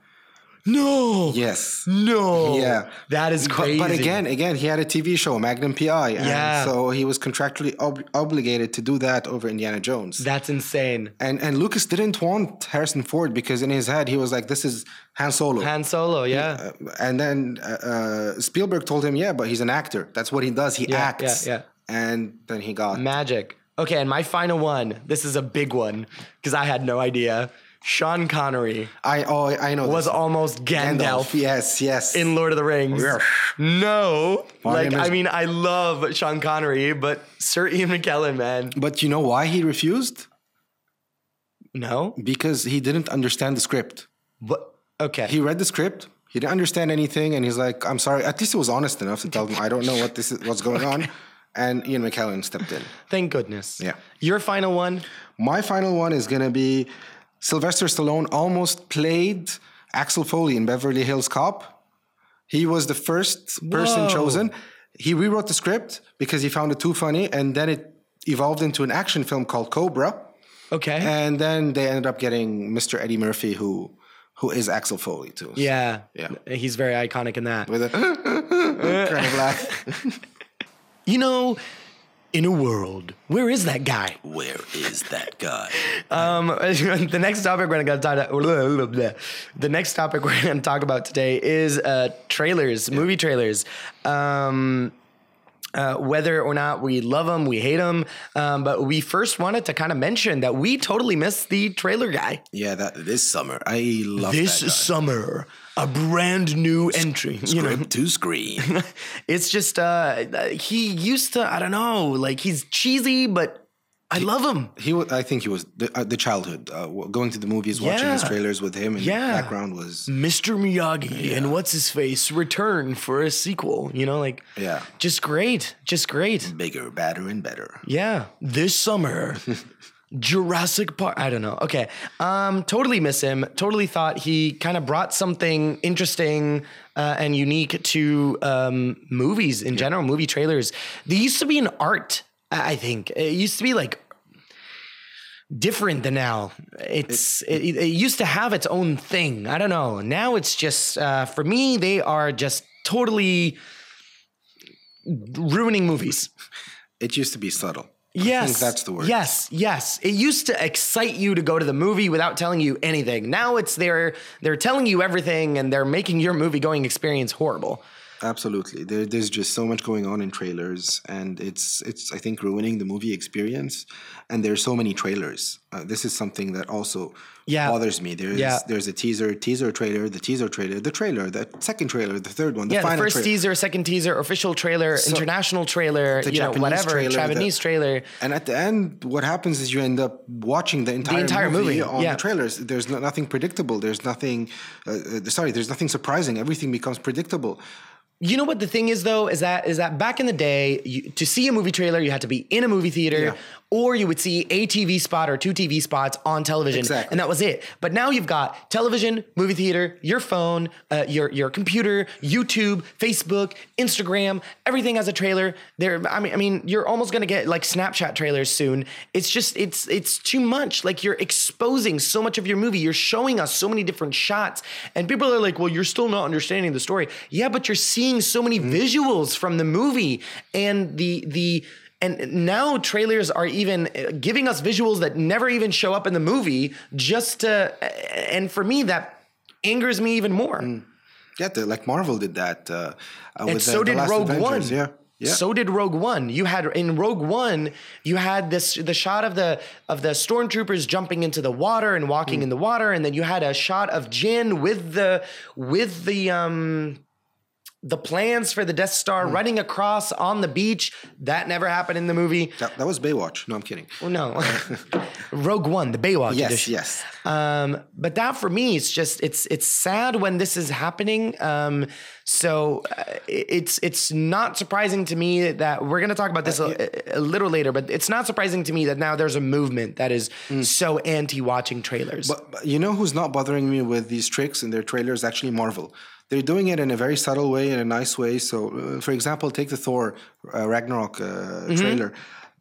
S1: No.
S2: Yes.
S1: No.
S2: Yeah.
S1: That is
S2: But,
S1: crazy.
S2: but again, again, he had a TV show, Magnum PI, and
S1: Yeah.
S2: so he was contractually ob- obligated to do that over Indiana Jones.
S1: that's insane.
S2: and and Lucas didn't want Harrison Ford because in his head he was like, "This is Han Solo."
S1: Han Solo, yeah.
S2: Uh, and then uh, uh, Spielberg told him, "Yeah, but he's an actor. That's what he does. He
S1: yeah,
S2: acts."
S1: yeah.
S2: And then he got
S1: Magic. Okay, and my final one. This is a big one because I had no idea. Sean Connery
S2: I oh I know
S1: was
S2: this.
S1: almost Gandalf,
S2: Yes, yes.
S1: in Lord of the Rings.
S2: Oh, Yeah.
S1: No.
S2: Why
S1: like,
S2: am
S1: I
S2: I-
S1: mean, I love Sean Connery, but Sir Ian McKellen, man.
S2: but you know why he refused?
S1: No?
S2: Because he didn't understand the script.
S1: What? Okay.
S2: He read the script. He didn't understand anything, and he's like, "I'm sorry." At least he was honest enough to tell them, "I don't know what this is, what's going on." And Ian McKellen stepped in.
S1: Thank goodness.
S2: Yeah.
S1: Your final one?
S2: My final one is going to be Sylvester Stallone almost played Axel Foley in Beverly Hills Cop. He was the first person
S1: Whoa.
S2: chosen. He rewrote the script because he found it too funny, and then it evolved into an action film called Cobra.
S1: Okay.
S2: And then they ended up getting Mr. Eddie Murphy, who who is Axel Foley too.
S1: yeah.
S2: Yeah.
S1: He's very iconic in that.
S2: With a kind of laugh.
S1: You know, in a world, where is that guy?
S2: Where is that guy?
S1: Um, the next topic we're gonna talk about, the next topic we're gonna talk about today is uh, trailers, movie trailers. Um, uh, whether or not we love them, we hate them, um, but we first wanted to kind of mention that we totally missed the trailer guy.
S2: Yeah, that this summer. I love
S1: This
S2: that guy.
S1: summer, a brand new entry. you know?
S2: Script to screen.
S1: it's just uh, he used to. I don't know, like he's cheesy, but I love him.
S2: He, wa- I think he was the, uh, the childhood uh, w- going to the movies, watching his
S1: Yeah.
S2: trailers with him, and
S1: Yeah.
S2: the background was
S1: Mr. Miyagi and what's his face return for a sequel. You know, like
S2: Yeah.
S1: just great, just great.
S2: bigger, badder, and better.
S1: Yeah, this summer, Jurassic Park. I don't know. Okay, um, totally miss him. Totally thought he kind of brought something interesting uh, and unique to um, movies in general, movie trailers. They used to be an art. I I think it used to be like different than now. It's it, it, used to have its own thing. I don't know. Now it's just uh, for me. They are just totally ruining movies.
S2: It used to be subtle.
S1: Yes,
S2: that's the word.
S1: Yes, yes. It used to excite you to go to the movie without telling you anything. Now it's they're they're telling you everything and they're making your movie going experience horrible.
S2: absolutely. There, there's just so much going on in trailers, and it's it's I think ruining the movie experience. And there's so many trailers. Uh, this is something that also
S1: Yeah.
S2: bothers me. There's
S1: Yeah.
S2: there's a teaser, teaser trailer, the teaser trailer, the trailer, the second trailer, the third one, the
S1: Yeah, the
S2: final
S1: first
S2: trailer.
S1: teaser, second teaser, official trailer, international trailer, you know,
S2: Japanese
S1: whatever,
S2: trailer, the-
S1: Japanese trailer.
S2: And at the end, what happens is you end up watching the entire,
S1: entire movie,
S2: on
S1: yeah.
S2: the trailers. There's no, nothing predictable. There's nothing, uh, uh, sorry, there's nothing surprising. Everything becomes predictable.
S1: You know what the thing is though is that is that back in the day, you, to see a movie trailer, you had to be in a movie theater,
S2: Yeah.
S1: or you would see a TV spot or two TV spots on television,
S2: Exactly.
S1: and that was it. But now you've got television, movie theater, your phone, uh, your your computer, YouTube, Facebook, Instagram. Everything has a trailer. There, I mean, I mean, you're almost gonna get like Snapchat trailers soon. It's just it's it's too much. Like you're exposing so much of your movie. You're showing us so many different shots, and people are like, "Well, you're still not understanding the story." Yeah, but you're seeing so many visuals from the movie, and the the and now trailers are even uh, giving us visuals that never even show up in the movie just to and for me that angers me even more
S2: Yeah, the, like Marvel did that. Uh, uh, with
S1: and
S2: Mm, the-
S1: so
S2: the
S1: did
S2: Last
S1: rogue
S2: Avengers.
S1: one
S2: Yeah. Yeah.
S1: so did rogue one you had in rogue one you had this the shot of the of the stormtroopers jumping into the water and walking
S2: Mm.
S1: in the water and then you had a shot of jin with the with the um the plans for the Death Star
S2: Mm.
S1: running across on the beach that never happened in the movie.
S2: that, that was Baywatch. No, I'm kidding.
S1: Oh, no, Rogue One, the Baywatch
S2: Yes,
S1: edition.
S2: yes.
S1: Um, but that for me, it's just it's it's sad when this is happening. Um, so uh, it- it's it's not surprising to me that we're going to talk about
S2: Uh,
S1: this a, a little later. But it's not surprising to me that now there's a movement that is so anti watching trailers.
S2: Mm. But, but you know who's not bothering me with these tricks in their trailers? Actually, Marvel. They're doing it in a very subtle way, in a nice way. So, uh, for example, take the Thor uh, Ragnarok uh,
S1: Mm-hmm.
S2: trailer.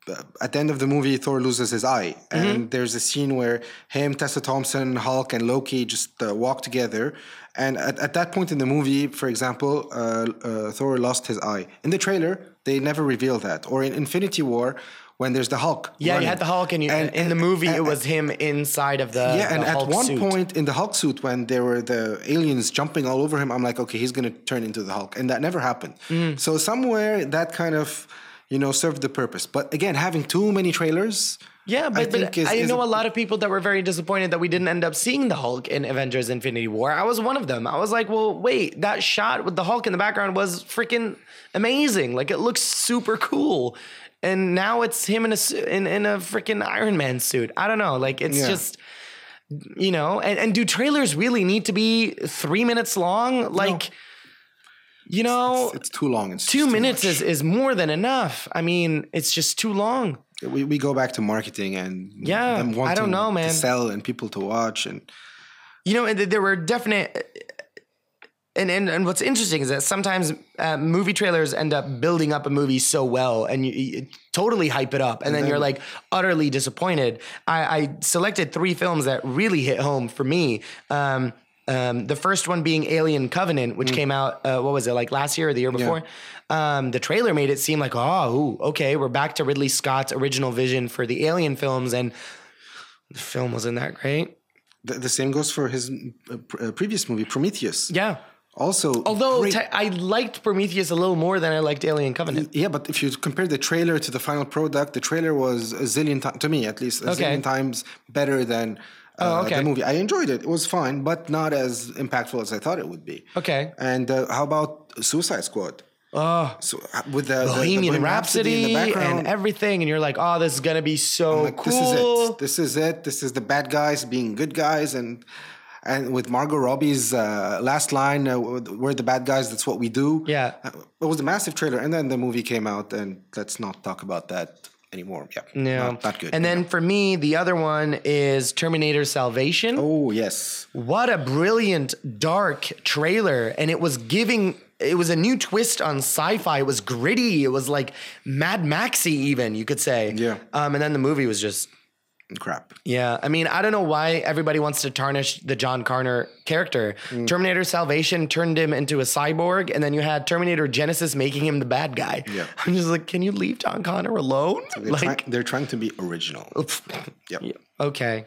S2: Uh, At the end of the movie, Thor loses his eye,
S1: Mm-hmm.
S2: and there's a scene where him, Tessa Thompson, Hulk, and Loki just uh, walk together. And at, at that point in the movie, for example, uh, uh, Thor lost his eye. In the trailer, they never reveal that. Or in Infinity War, when there's the Hulk.
S1: yeah, you
S2: running.
S1: had the Hulk, and, you, in the movie, it was him inside of the
S2: Yeah, and
S1: the
S2: at
S1: Hulk
S2: one
S1: suit.
S2: point in the Hulk suit, when there were the aliens jumping all over him, I'm like, okay, he's gonna turn into the Hulk, and that never happened.
S1: Mm.
S2: So somewhere that kind of, you know, served the purpose. But again, having too many trailers.
S1: Yeah, but, but
S2: is-
S1: I
S2: is-
S1: know a lot of people that were very disappointed that we didn't end up seeing the Hulk in Avengers Infinity War. I was one of them. I was like, well, wait, that shot with the Hulk in the background was freaking amazing. Like, it looks super cool. And now it's him in a, su- in, in a freaking Iron Man suit. I don't know. Like, it's
S2: Yeah.
S1: just, you know, and, and do trailers really need to be three minutes long? Like, you know,
S2: It's too long. It's
S1: two
S2: just too
S1: minutes
S2: much.
S1: is, is more than enough. I mean, it's just too long.
S2: we, we go back to marketing and
S1: Yeah, I
S2: them
S1: don't
S2: wanting
S1: know, man.
S2: to sell and people to watch and
S1: you know, and th- there were definite. And, and, and what's interesting is that sometimes uh, movie trailers end up building up a movie so well and you, you totally hype it up and, then, you're like utterly disappointed. I, I selected three films that really hit home for me. Um, um, the first one being Alien Covenant, which came out, uh, what was it, like last year or the year before? Um, the trailer made it seem like, oh, ooh, okay, we're back to Ridley Scott's original vision for the Alien films. And the film wasn't that great.
S2: the, the same goes for his uh, pr- uh, previous movie Prometheus.
S1: Yeah.
S2: Also,
S1: Although
S2: great-
S1: te- I liked Prometheus a little more than I liked Alien Covenant.
S2: Yeah, but if you compare the trailer to the final product, the trailer was a zillion times, to me at least, a
S1: Okay. Oh,
S2: zillion times better than uh,
S1: okay.
S2: the movie. I enjoyed it. It was fine, but not as impactful as I thought it would be.
S1: Okay.
S2: And uh, how about Suicide Squad?
S1: Oh,
S2: So uh, with the the- the
S1: Bohemian Rhapsody,
S2: in the background.
S1: and everything, and you're like, oh, this is gonna be so
S2: like,
S1: cool.
S2: This is it. This is it. This is the bad guys being good guys, and and with Margot Robbie's uh, last line, uh, "We're the bad guys. That's what we do."
S1: Yeah.
S2: Uh, it was a massive trailer, and then the movie came out, and let's not talk about that anymore. Yeah,
S1: Yeah.
S2: not, not good.
S1: And then for me, the other one is Terminator Salvation.
S2: oh yes,
S1: What a brilliant dark trailer. And it was giving it was a new twist on sci-fi. It was gritty. It was like Mad Maxy, even you could say.
S2: Yeah.
S1: Um, and then the movie was just
S2: crap.
S1: Yeah, I mean, I don't know why everybody wants to tarnish the John Connor character.
S2: Mm.
S1: Terminator Salvation turned him into a cyborg, and then you had Terminator Genesis making him the bad guy.
S2: Yeah.
S1: I'm just like, can you leave John Connor alone?
S2: They're,
S1: like,
S2: try- they're trying to be original. yeah.
S1: okay.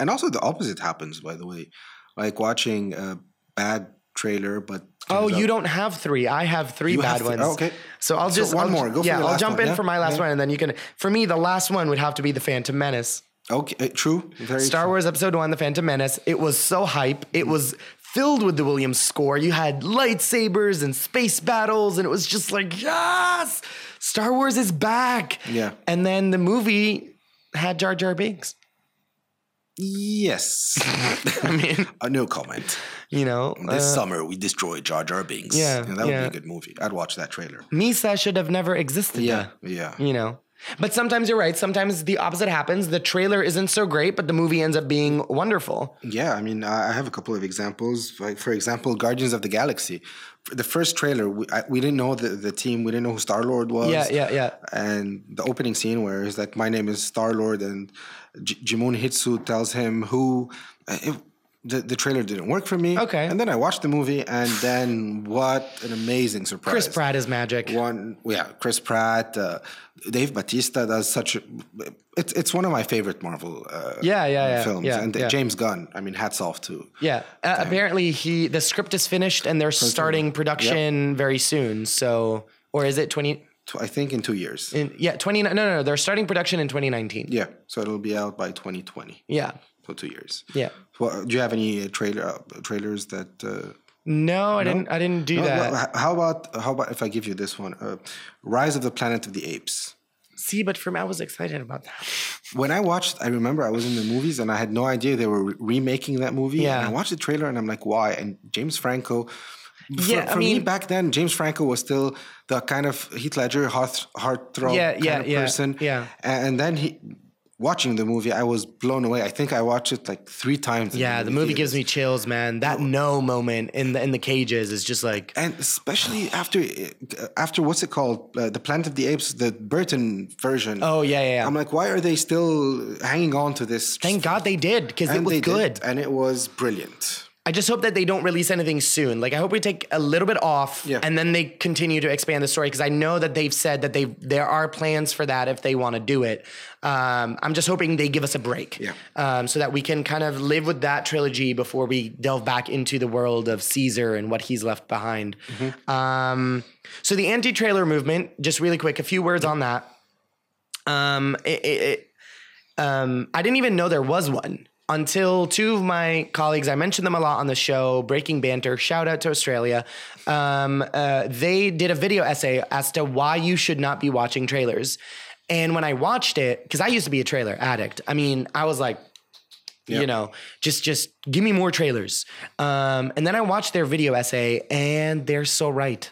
S2: and also the opposite happens, by the way. Like watching uh, bad trailer, but
S1: Oh,
S2: turns out-
S1: you don't have three. I have three
S2: You
S1: bad
S2: have three- Oh,
S1: ones.
S2: okay.
S1: So I'll
S2: So
S1: just
S2: one
S1: I'll-
S2: more. Go for
S1: yeah,
S2: your
S1: I'll
S2: last
S1: jump
S2: one,
S1: in
S2: yeah?
S1: for my last one, and then you can. For me, the last one would have to be the Phantom Menace.
S2: Okay, uh, true. Very
S1: Star Wars Episode One: The Phantom Menace. It was so hype. It was filled with the Williams score. You had lightsabers and space battles, and it was just like, yes, Star Wars is back.
S2: Yeah.
S1: And then the movie had Jar Jar Binks.
S2: Yes.
S1: I mean,
S2: Uh, no comment.
S1: you know,
S2: This
S1: uh,
S2: summer we destroyed Jar Jar Binks.
S1: yeah,
S2: You know, that
S1: yeah.
S2: would be a good movie. I'd watch that trailer.
S1: Misa should have never existed.
S2: yeah.
S1: you know. But sometimes you're right. Sometimes the opposite happens. The trailer isn't so great, but the movie ends up being wonderful.
S2: Yeah, I mean, I I have a couple of examples. Like, for example, Guardians of the Galaxy. For The first trailer, we, I, we didn't know the, the team, we didn't know who Star Lord was.
S1: Yeah, yeah, yeah.
S2: uh, And the opening scene where he's like, "My name is Star Lord," and J- Jimon Hitsu tells him who. uh, It, the, the trailer didn't work for me.
S1: Okay.
S2: And then I watched the movie, and then what an amazing surprise!
S1: Chris Pratt is magic.
S2: One, yeah, Chris Pratt, uh, Dave Batista does such. A, it's it's one of my favorite Marvel. Uh,
S1: Yeah, yeah, yeah,
S2: films.
S1: yeah,
S2: and
S1: yeah.
S2: James Gunn. I mean, hats off to.
S1: Yeah. Uh, apparently, he the script is finished and they're starting production very soon. So, or is it twenty?
S2: to- I think in two years.
S1: In, yeah, twenty. No, no, no. They're starting production in twenty nineteen.
S2: yeah, so it'll be out by 2020.
S1: Yeah.
S2: So two years.
S1: Yeah.
S2: Well, do you have any uh, trailer uh, trailers that? Uh,
S1: No, I didn't. I didn't do
S2: no,
S1: that.
S2: well, h- how about how about if I give you this one? Uh, Rise of the Planet of the Apes.
S1: See, but for me, I was excited about that.
S2: When I watched, I remember I was in the movies and I had no idea they were re- remaking that movie.
S1: Yeah.
S2: And I watched the trailer and I'm like, why? And James Franco. For,
S1: Yeah, I
S2: for me
S1: mean-
S2: back then, James Franco was still the kind of Heath Ledger heart heartthrob
S1: Yeah,
S2: kind
S1: yeah,
S2: of
S1: yeah,
S2: person.
S1: yeah.
S2: And then he, watching the movie, I was blown away. I think I watched it like three times. in
S1: Yeah, the movie
S2: theater.
S1: gives me chills, man. That no moment in the in the cages is just like
S2: and especially after after what's it called, uh, the Planet of the Apes, the Burton version.
S1: Oh yeah, yeah. yeah.
S2: I'm like, why are they still hanging on to this?
S1: Thank God they did because it
S2: And
S1: was
S2: they did,
S1: good.
S2: and it was brilliant.
S1: I just hope that they don't release anything soon. Like I hope we take a little bit off
S2: Yeah.
S1: and then they continue to expand the story because I know that they've said that they there are plans for that if they want to do it. Um, I'm just hoping they give us a break,
S2: Yeah.
S1: um, so that we can kind of live with that trilogy before we delve back into the world of Caesar and what he's left behind.
S2: Mm-hmm.
S1: Um, so the anti-trailer movement, just really quick, a few words on that. Um, it, it, it- um, I didn't even know there was one until two of my colleagues, I mentioned them a lot on the show, Breaking Banter, shout out to Australia. Um, uh, they did a video essay as to why you should not be watching trailers. And when I watched it, because I used to be a trailer addict, I mean, I was like, you know just just give me more trailers um, and then i watched their video essay and they're so right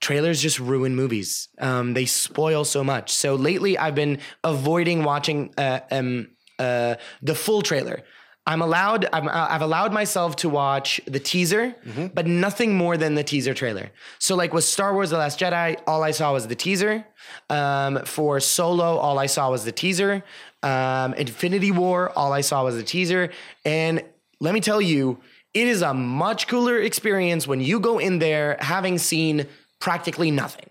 S1: trailers just ruin movies um, they spoil so much so lately i've been avoiding watching uh, um, uh, the full trailer i'm allowed I'm, uh, i've allowed myself to watch the teaser but nothing more than the teaser trailer so like with star wars the last jedi all i saw was the teaser um, for solo all i saw was the teaser um, Infinity War, all I saw was a teaser. And let me tell you, it is a much cooler experience when you go in there having seen practically nothing.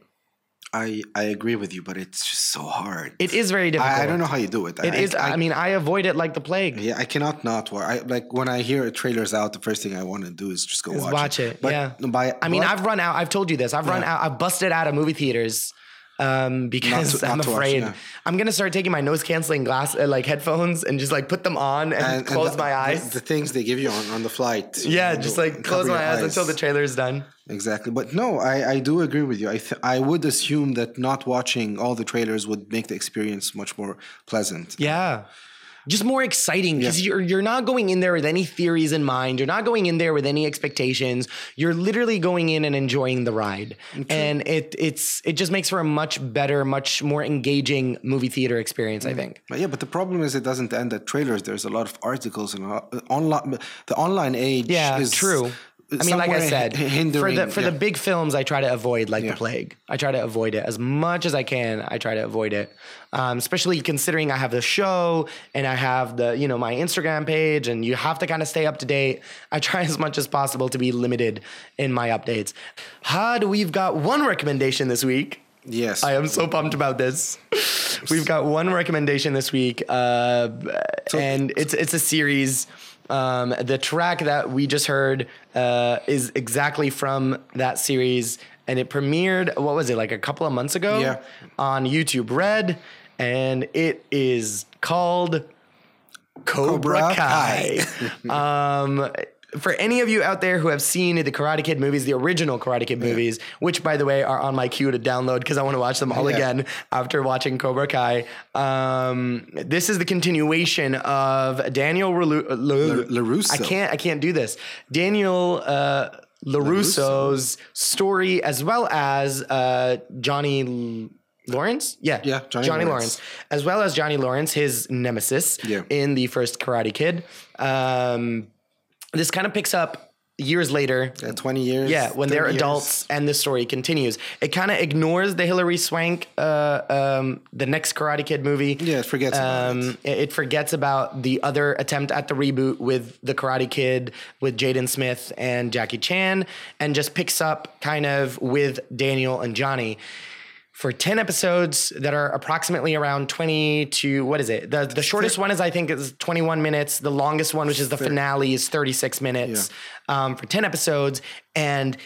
S2: I I agree with you, but it's just so hard.
S1: It is very difficult.
S2: I, I don't know how you do it.
S1: It is. uh, I, mean, I avoid it like the plague.
S2: yeah, I cannot not watch. I, like when I hear a trailer's out, the first thing I want to do is just go watch,
S1: watch it,
S2: But
S1: yeah.
S2: by
S1: I mean,
S2: but
S1: I've run out. I've told you this. I've run out. I've busted out of movie theaters um, because
S2: to- not
S1: I'm
S2: to watch,
S1: afraid
S2: yeah.
S1: I'm gonna start taking my nose canceling glass uh, like headphones and just like put them on and,
S2: and- and
S1: close
S2: the-
S1: my
S2: the-
S1: eyes.
S2: The, things they give you on, on the flight. you
S1: yeah,
S2: know,
S1: just
S2: cover
S1: like close
S2: your
S1: my eyes until the trailer is done.
S2: Exactly, but no, I, I do agree with you. I th- I would assume that not watching all the trailers would make the experience much more pleasant.
S1: Yeah. Just more exciting because you're you're not going in there with any theories in mind. You're not going in there with any expectations. You're literally going in and enjoying the ride, and it it's it just makes for a much better, much more engaging movie theater experience. I think.
S2: But yeah, but the problem is it doesn't end at trailers. There's a lot of articles and uh, online. The online age.
S1: Yeah,
S2: is
S1: true. I mean, like I
S2: somewhere
S1: said,
S2: hi- hindering
S1: for the for
S2: yeah.
S1: the big films, I try to avoid like the
S2: Yeah.
S1: plague. I try to avoid it as much as I can. I try to avoid it, um, especially considering I have the show and I have the you know my Instagram page, and you have to kind of stay up to date. I try as much as possible to be limited in my updates. Had we've got one recommendation this week.
S2: Yes.
S1: I am so pumped about this. We've got one recommendation this week, uh, and it's it's a series Um, the track that we just heard uh, is exactly from that series, and it premiered, what was it, like a couple of months ago
S2: Yeah.
S1: on YouTube Red, and it is called Cobra,
S2: Cobra
S1: Kai. um, for any of you out there who have seen the Karate Kid movies, the original Karate Kid movies, which by the way are on my queue to download because I want to watch them all
S2: Yeah.
S1: again after watching Cobra Kai. Um, this is the continuation of Daniel Relu- uh, Lu-
S2: La- LaRusso.
S1: I can't. I can't do this. Daniel. Uh, LaRusso's story, as well as uh, Johnny L- Lawrence? Yeah.
S2: Yeah,
S1: Johnny,
S2: Johnny
S1: Lawrence.
S2: Lawrence.
S1: As well as Johnny Lawrence, his nemesis
S2: Yeah.
S1: in the first Karate Kid. Um, this kind of picks up years later.
S2: Yeah, 20 years.
S1: Yeah, when they're
S2: 30 years.
S1: adults and the story continues. It kind of ignores the Hilary Swank, uh, um, the next Karate Kid movie.
S2: Yeah, it forgets about it.
S1: Um, it. it forgets about the other attempt at the reboot with The Karate Kid with Jaden Smith and Jackie Chan, and just picks up kind of with Daniel and Johnny. For 10 episodes that are approximately around 20 to what is it? The, the shortest one is, I think, is 21 minutes. The longest one, which is the finale, is 36 minutes um, for 10 episodes. And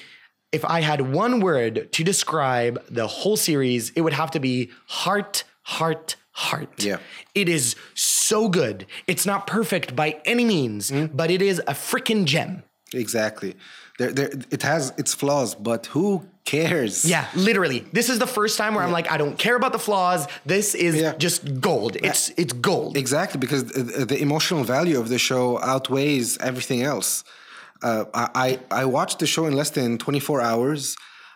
S1: if I had one word to describe the whole series, it would have to be heart, heart, heart.
S2: Yeah.
S1: It is so good. It's not perfect by any means,
S2: Hmm?
S1: but it is a freaking gem.
S2: Exactly. There, there, it has its flaws, but who cares?
S1: Yeah, literally. This is the first time where I'm like, I don't care about the flaws. This is
S2: Yeah.
S1: just gold. It's it's gold.
S2: Exactly, because the, the emotional value of the show outweighs everything else. Uh, I, I I watched the show in less than 24 hours.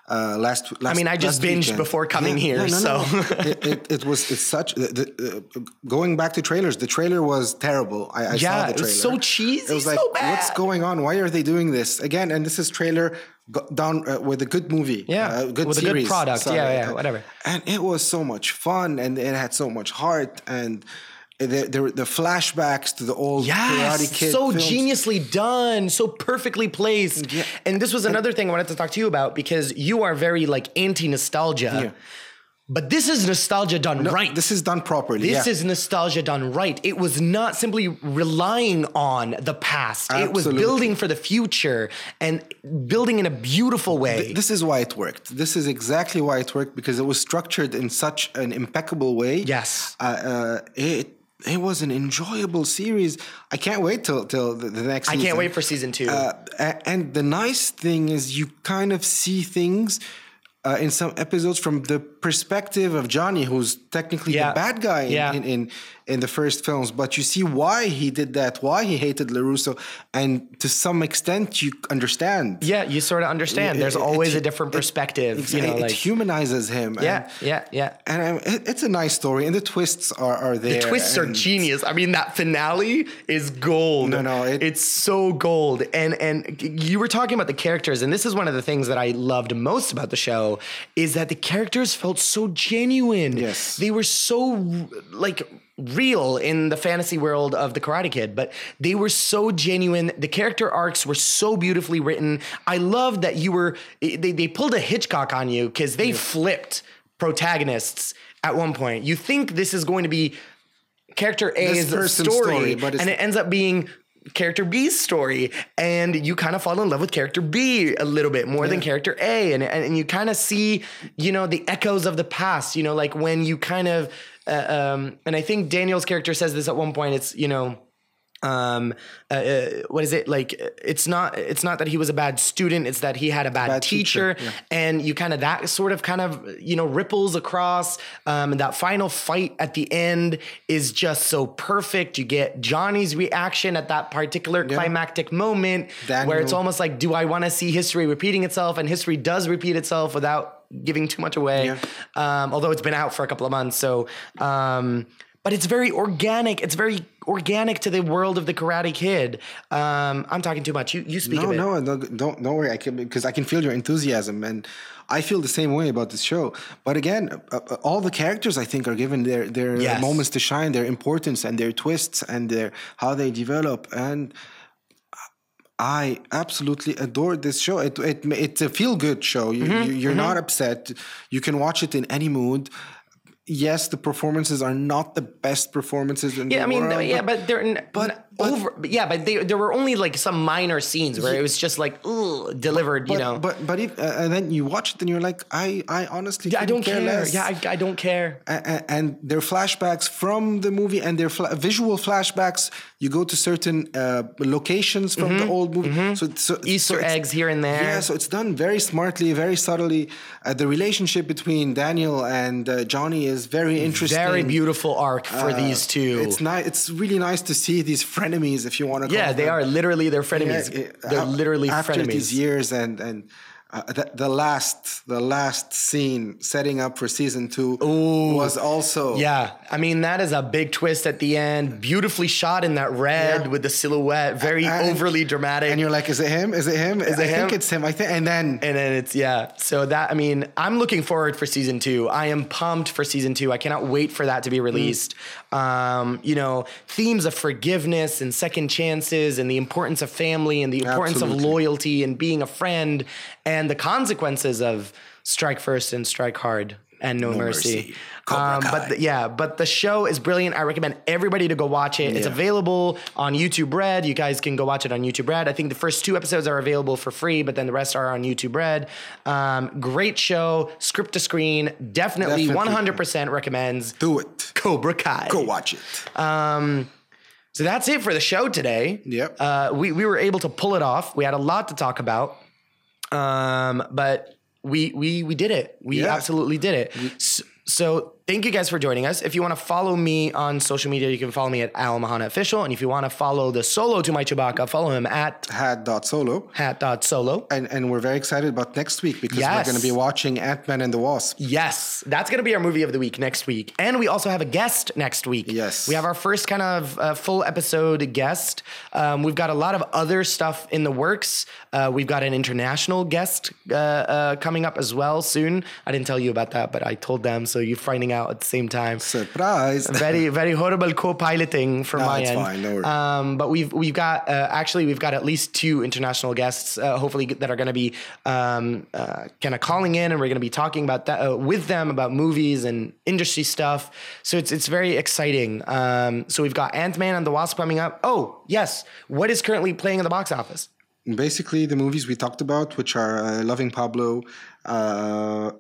S2: Uh, last, last,
S1: mean, I just
S2: last
S1: binged
S2: weekend.
S1: before coming here, so.
S2: it, it, it was it's such. The, the, uh, going back to trailers, the trailer was terrible. I, I
S1: Yeah,
S2: saw the
S1: it
S2: trailer.
S1: was so cheesy,
S2: It was
S1: so
S2: like, what's
S1: bad."
S2: going on? Why are they doing this again? And this is trailer go- down uh, with a good movie.
S1: Yeah,
S2: uh, good
S1: with a good
S2: series,
S1: product. Yeah,
S2: sorry.
S1: yeah,
S2: Uh,
S1: whatever.
S2: and it was so much fun and it had so much heart and the, the, the flashbacks to the old
S1: Yes,
S2: Karate Kid
S1: so
S2: films.
S1: geniusly done, so perfectly placed. And this was another thing I wanted to talk to you about because you are very like anti nostalgia,
S2: Yeah.
S1: but this is nostalgia done right.
S2: This is done properly.
S1: This
S2: yeah.
S1: is nostalgia done right. It was not simply relying on the past. It was
S2: Absolutely.
S1: building for the future and building in a beautiful way.
S2: this is why it worked. This is exactly why it worked because it was structured in such an impeccable way.
S1: Yes.
S2: Uh, uh, it it was an enjoyable series. I can't wait till till the, the next.
S1: I can't wait for season two.
S2: Uh, a- and the nice thing is you kind of see things uh, in some episodes from the perspective of Johnny, who's technically
S1: Yeah.
S2: the bad guy in,
S1: Yeah.
S2: in, in in the first films, but you see why he did that, why he hated Larusso, and to some extent you understand.
S1: yeah, you sort of understand.
S2: It-
S1: There's
S2: it-
S1: always
S2: it-
S1: a different
S2: it-
S1: perspective.
S2: It's-
S1: you know,
S2: it,
S1: like
S2: humanizes him.
S1: yeah, yeah, yeah.
S2: and, and um, it, it's a nice story, and the twists are are there.
S1: twists are
S2: and-
S1: genius. I mean, that finale is gold.
S2: No, no, it-
S1: it's so gold. And and you were talking about the characters, and this is one of the things that I loved most about the show is that the characters felt so genuine.
S2: Yes.
S1: they were so like real in the fantasy world of the Karate Kid, but they were so genuine. The character arcs were so beautifully written. I love that you were they they pulled a Hitchcock on you because they flipped protagonists at one point. You think this is going to be character A
S2: This
S1: is a
S2: person's
S1: story,
S2: story, but it's-
S1: and it ends up being character B's story, and you kind of fall in love with character B a little bit more than character A, and and, and you kind of see, you know, the echoes of the past, you know, like when you kind of, uh, um, and I think Daniel's character says this at one point. It's you know um uh, uh, what is it like uh, it's not it's not that he was a bad student it's that he had a bad,
S2: Bad
S1: teacher,
S2: teacher,
S1: and you kind of that sort of kind of you know ripples across um and that final fight at the end is just so perfect you get Johnny's reaction at that particular climactic moment where it's
S2: Daniel.
S1: almost like do I want to see history repeating itself and history does repeat itself without giving too much away
S2: Yeah.
S1: um, although it's been out for a couple of months. So, um, but it's very organic. It's very organic to the world of the Karate Kid. Um, I'm talking too much. You you speak
S2: No,
S1: of it.
S2: no, no, don't don't worry. I can because I can feel your enthusiasm, and I feel the same way about this show. But again, uh, uh, all the characters I think are given their their
S1: Yes.
S2: moments to shine, their importance, and their twists, and their how they develop. And I absolutely adore this show. It, it
S1: Mm-hmm,
S2: it's a feel good show. You, you, you're not upset. You can watch it in any mood. yes, the performances are not the best performances in
S1: Yeah,
S2: the
S1: I mean,
S2: world.
S1: yeah, but they're n-
S2: but-
S1: n-
S2: but-
S1: over. But yeah, but they, there were only like some minor scenes where it was just like ugh, delivered.
S2: but,
S1: you know,
S2: but but if uh, and then you watch it and you're like, I I honestly
S1: yeah, I
S2: couldn't
S1: don't care.
S2: less.
S1: Yeah, I, I don't care.
S2: A- a- and their flashbacks from the movie and their fla- visual flashbacks. You go to certain uh, locations from the old movie. So, so so
S1: Mm-hmm. Easter
S2: it's-
S1: eggs here and there.
S2: Yeah, so it's done very smartly, very subtly. Uh, the relationship between Daniel and uh, Johnny is very interesting. Uh,
S1: Very beautiful arc for these two.
S2: It's nice. It's really nice to see these frenemies, if you want to.
S1: yeah,
S2: call
S1: they
S2: them.
S1: are literally their
S2: Yeah,
S1: frenemies.
S2: it-
S1: they're
S2: af-
S1: literally
S2: after
S1: frenemies.
S2: these years and and. Uh, the, the last, the last scene setting up for season two was also
S1: Yeah, I mean that is a big twist at the end. Beautifully shot in that red
S2: Yeah.
S1: with the silhouette, very
S2: And-
S1: overly dramatic.
S2: And
S1: And,
S2: you're like, is it him? Is it him? Is I
S1: it
S2: think
S1: him?
S2: it's him. I think. And then
S1: then it's yeah. So that I mean, I'm looking forward for season two. I am pumped for season two. I cannot wait for that to
S2: Mm.
S1: be released. Um, you know, themes of forgiveness and second chances, and the importance of family, and the importance
S2: Absolutely.
S1: of loyalty, and being a friend, and the consequences of strike first and strike hard. And no, mercy. Um,
S2: mercy. Cobra
S1: but
S2: Kai.
S1: the- yeah, but the show is brilliant. I recommend everybody to go watch it. It's available on YouTube Red. You guys can go watch it on YouTube Red. I think the first two episodes are available for free, but then the rest are on YouTube Red. Um, great show, script to screen. Definitely,
S2: Definitely.
S1: 100% recommends
S2: do it.
S1: Cobra Kai.
S2: Go watch it.
S1: So that's it for the show today.
S2: Yep.
S1: Uh, we, we were able to pull it off. We had a lot to talk about, um, but we we we did it. We
S2: Yeah.
S1: absolutely did it. S- so thank you guys for joining us. If you want to follow me on social media, you can follow me at Al Mahana Official. And if you want to follow the solo to my Chewbacca, follow him at
S2: Had dot solo.
S1: hat.solo.
S2: And, and we're very excited about next week because
S1: Yes.
S2: we're going to be watching Ant Man and the Wasp.
S1: Yes, that's going to be our movie of the week next week. And we also have a guest next week.
S2: Yes.
S1: We have our first kind of uh, full episode guest. Um, we've got a lot of other stuff in the works. Uh, we've got an international guest uh, uh, coming up as well soon. I didn't tell you about that, but I told them. So you're finding out at the same time.
S2: Surprise!
S1: very, very horrible co-piloting from my
S2: it's
S1: end.
S2: fine, no worries.
S1: Um, but we've we've got uh, actually we've got at least two international guests, uh, hopefully that are going to be um, uh, kind of calling in, and we're going to be talking about that uh, with them about movies and industry stuff. So it's it's very exciting. Um, so we've got Ant Man and the Wasp coming up. Oh yes, what is currently playing in the box office?
S2: Basically, the movies we talked about, which are uh, Loving Pablo. Uh,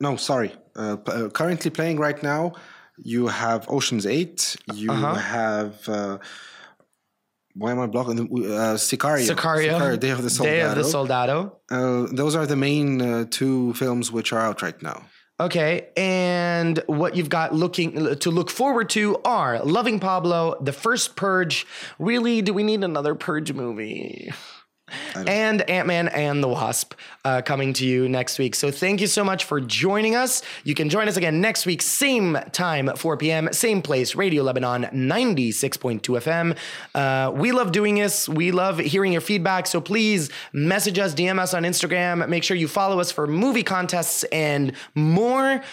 S2: no, sorry. Uh, p- uh, currently playing right now, you have Ocean's Eight. You
S1: Uh-huh.
S2: have. Uh, why am I blocking? the- Uh, Sicario.
S1: Sicario,
S2: Day of the Soldado.
S1: Day of the Soldado.
S2: Uh, those are the main uh, two films which are out right now.
S1: Okay, and what you've got looking uh, to look forward to are Loving Pablo, The First Purge. Really, do we need another Purge movie? And Ant Man and the Wasp uh, coming to you next week. So thank you so much for joining us. You can join us again next week, same time, 4 p.m., same place, Radio Lebanon 96.2 FM. Uh, we love doing this. We love hearing your feedback. So please message us, DM us on Instagram. Make sure you follow us for movie contests and more.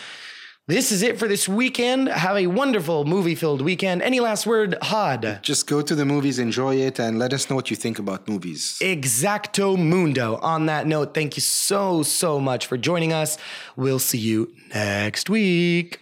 S1: This is it for this weekend. Have a wonderful movie filled weekend. Any last word, Hod?
S2: Just go to the movies, enjoy it, and let us know what you think about movies.
S1: Exacto Mundo. On that note, thank you so, so much for joining us. We'll see you next week.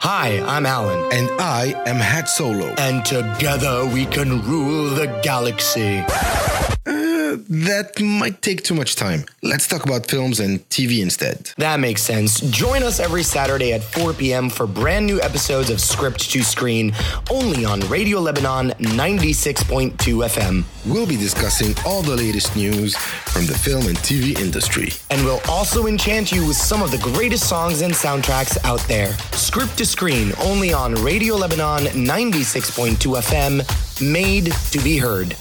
S1: Hi, I'm Alan,
S2: And I am Hat Solo. Uh,
S1: and together we can rule the galaxy.
S2: That might take too much time. Let's talk about films and TV instead.
S1: That makes sense. Join us every Saturday at 4 p.m. for brand new episodes of Script to Screen, only on Radio Lebanon 96.2 FM.
S2: We'll be discussing all the latest news from the film and TV industry.
S1: and we'll also enchant you with some of the greatest songs and soundtracks out there. Script to screen only on Radio Lebanon 96.2 FM, made to be heard.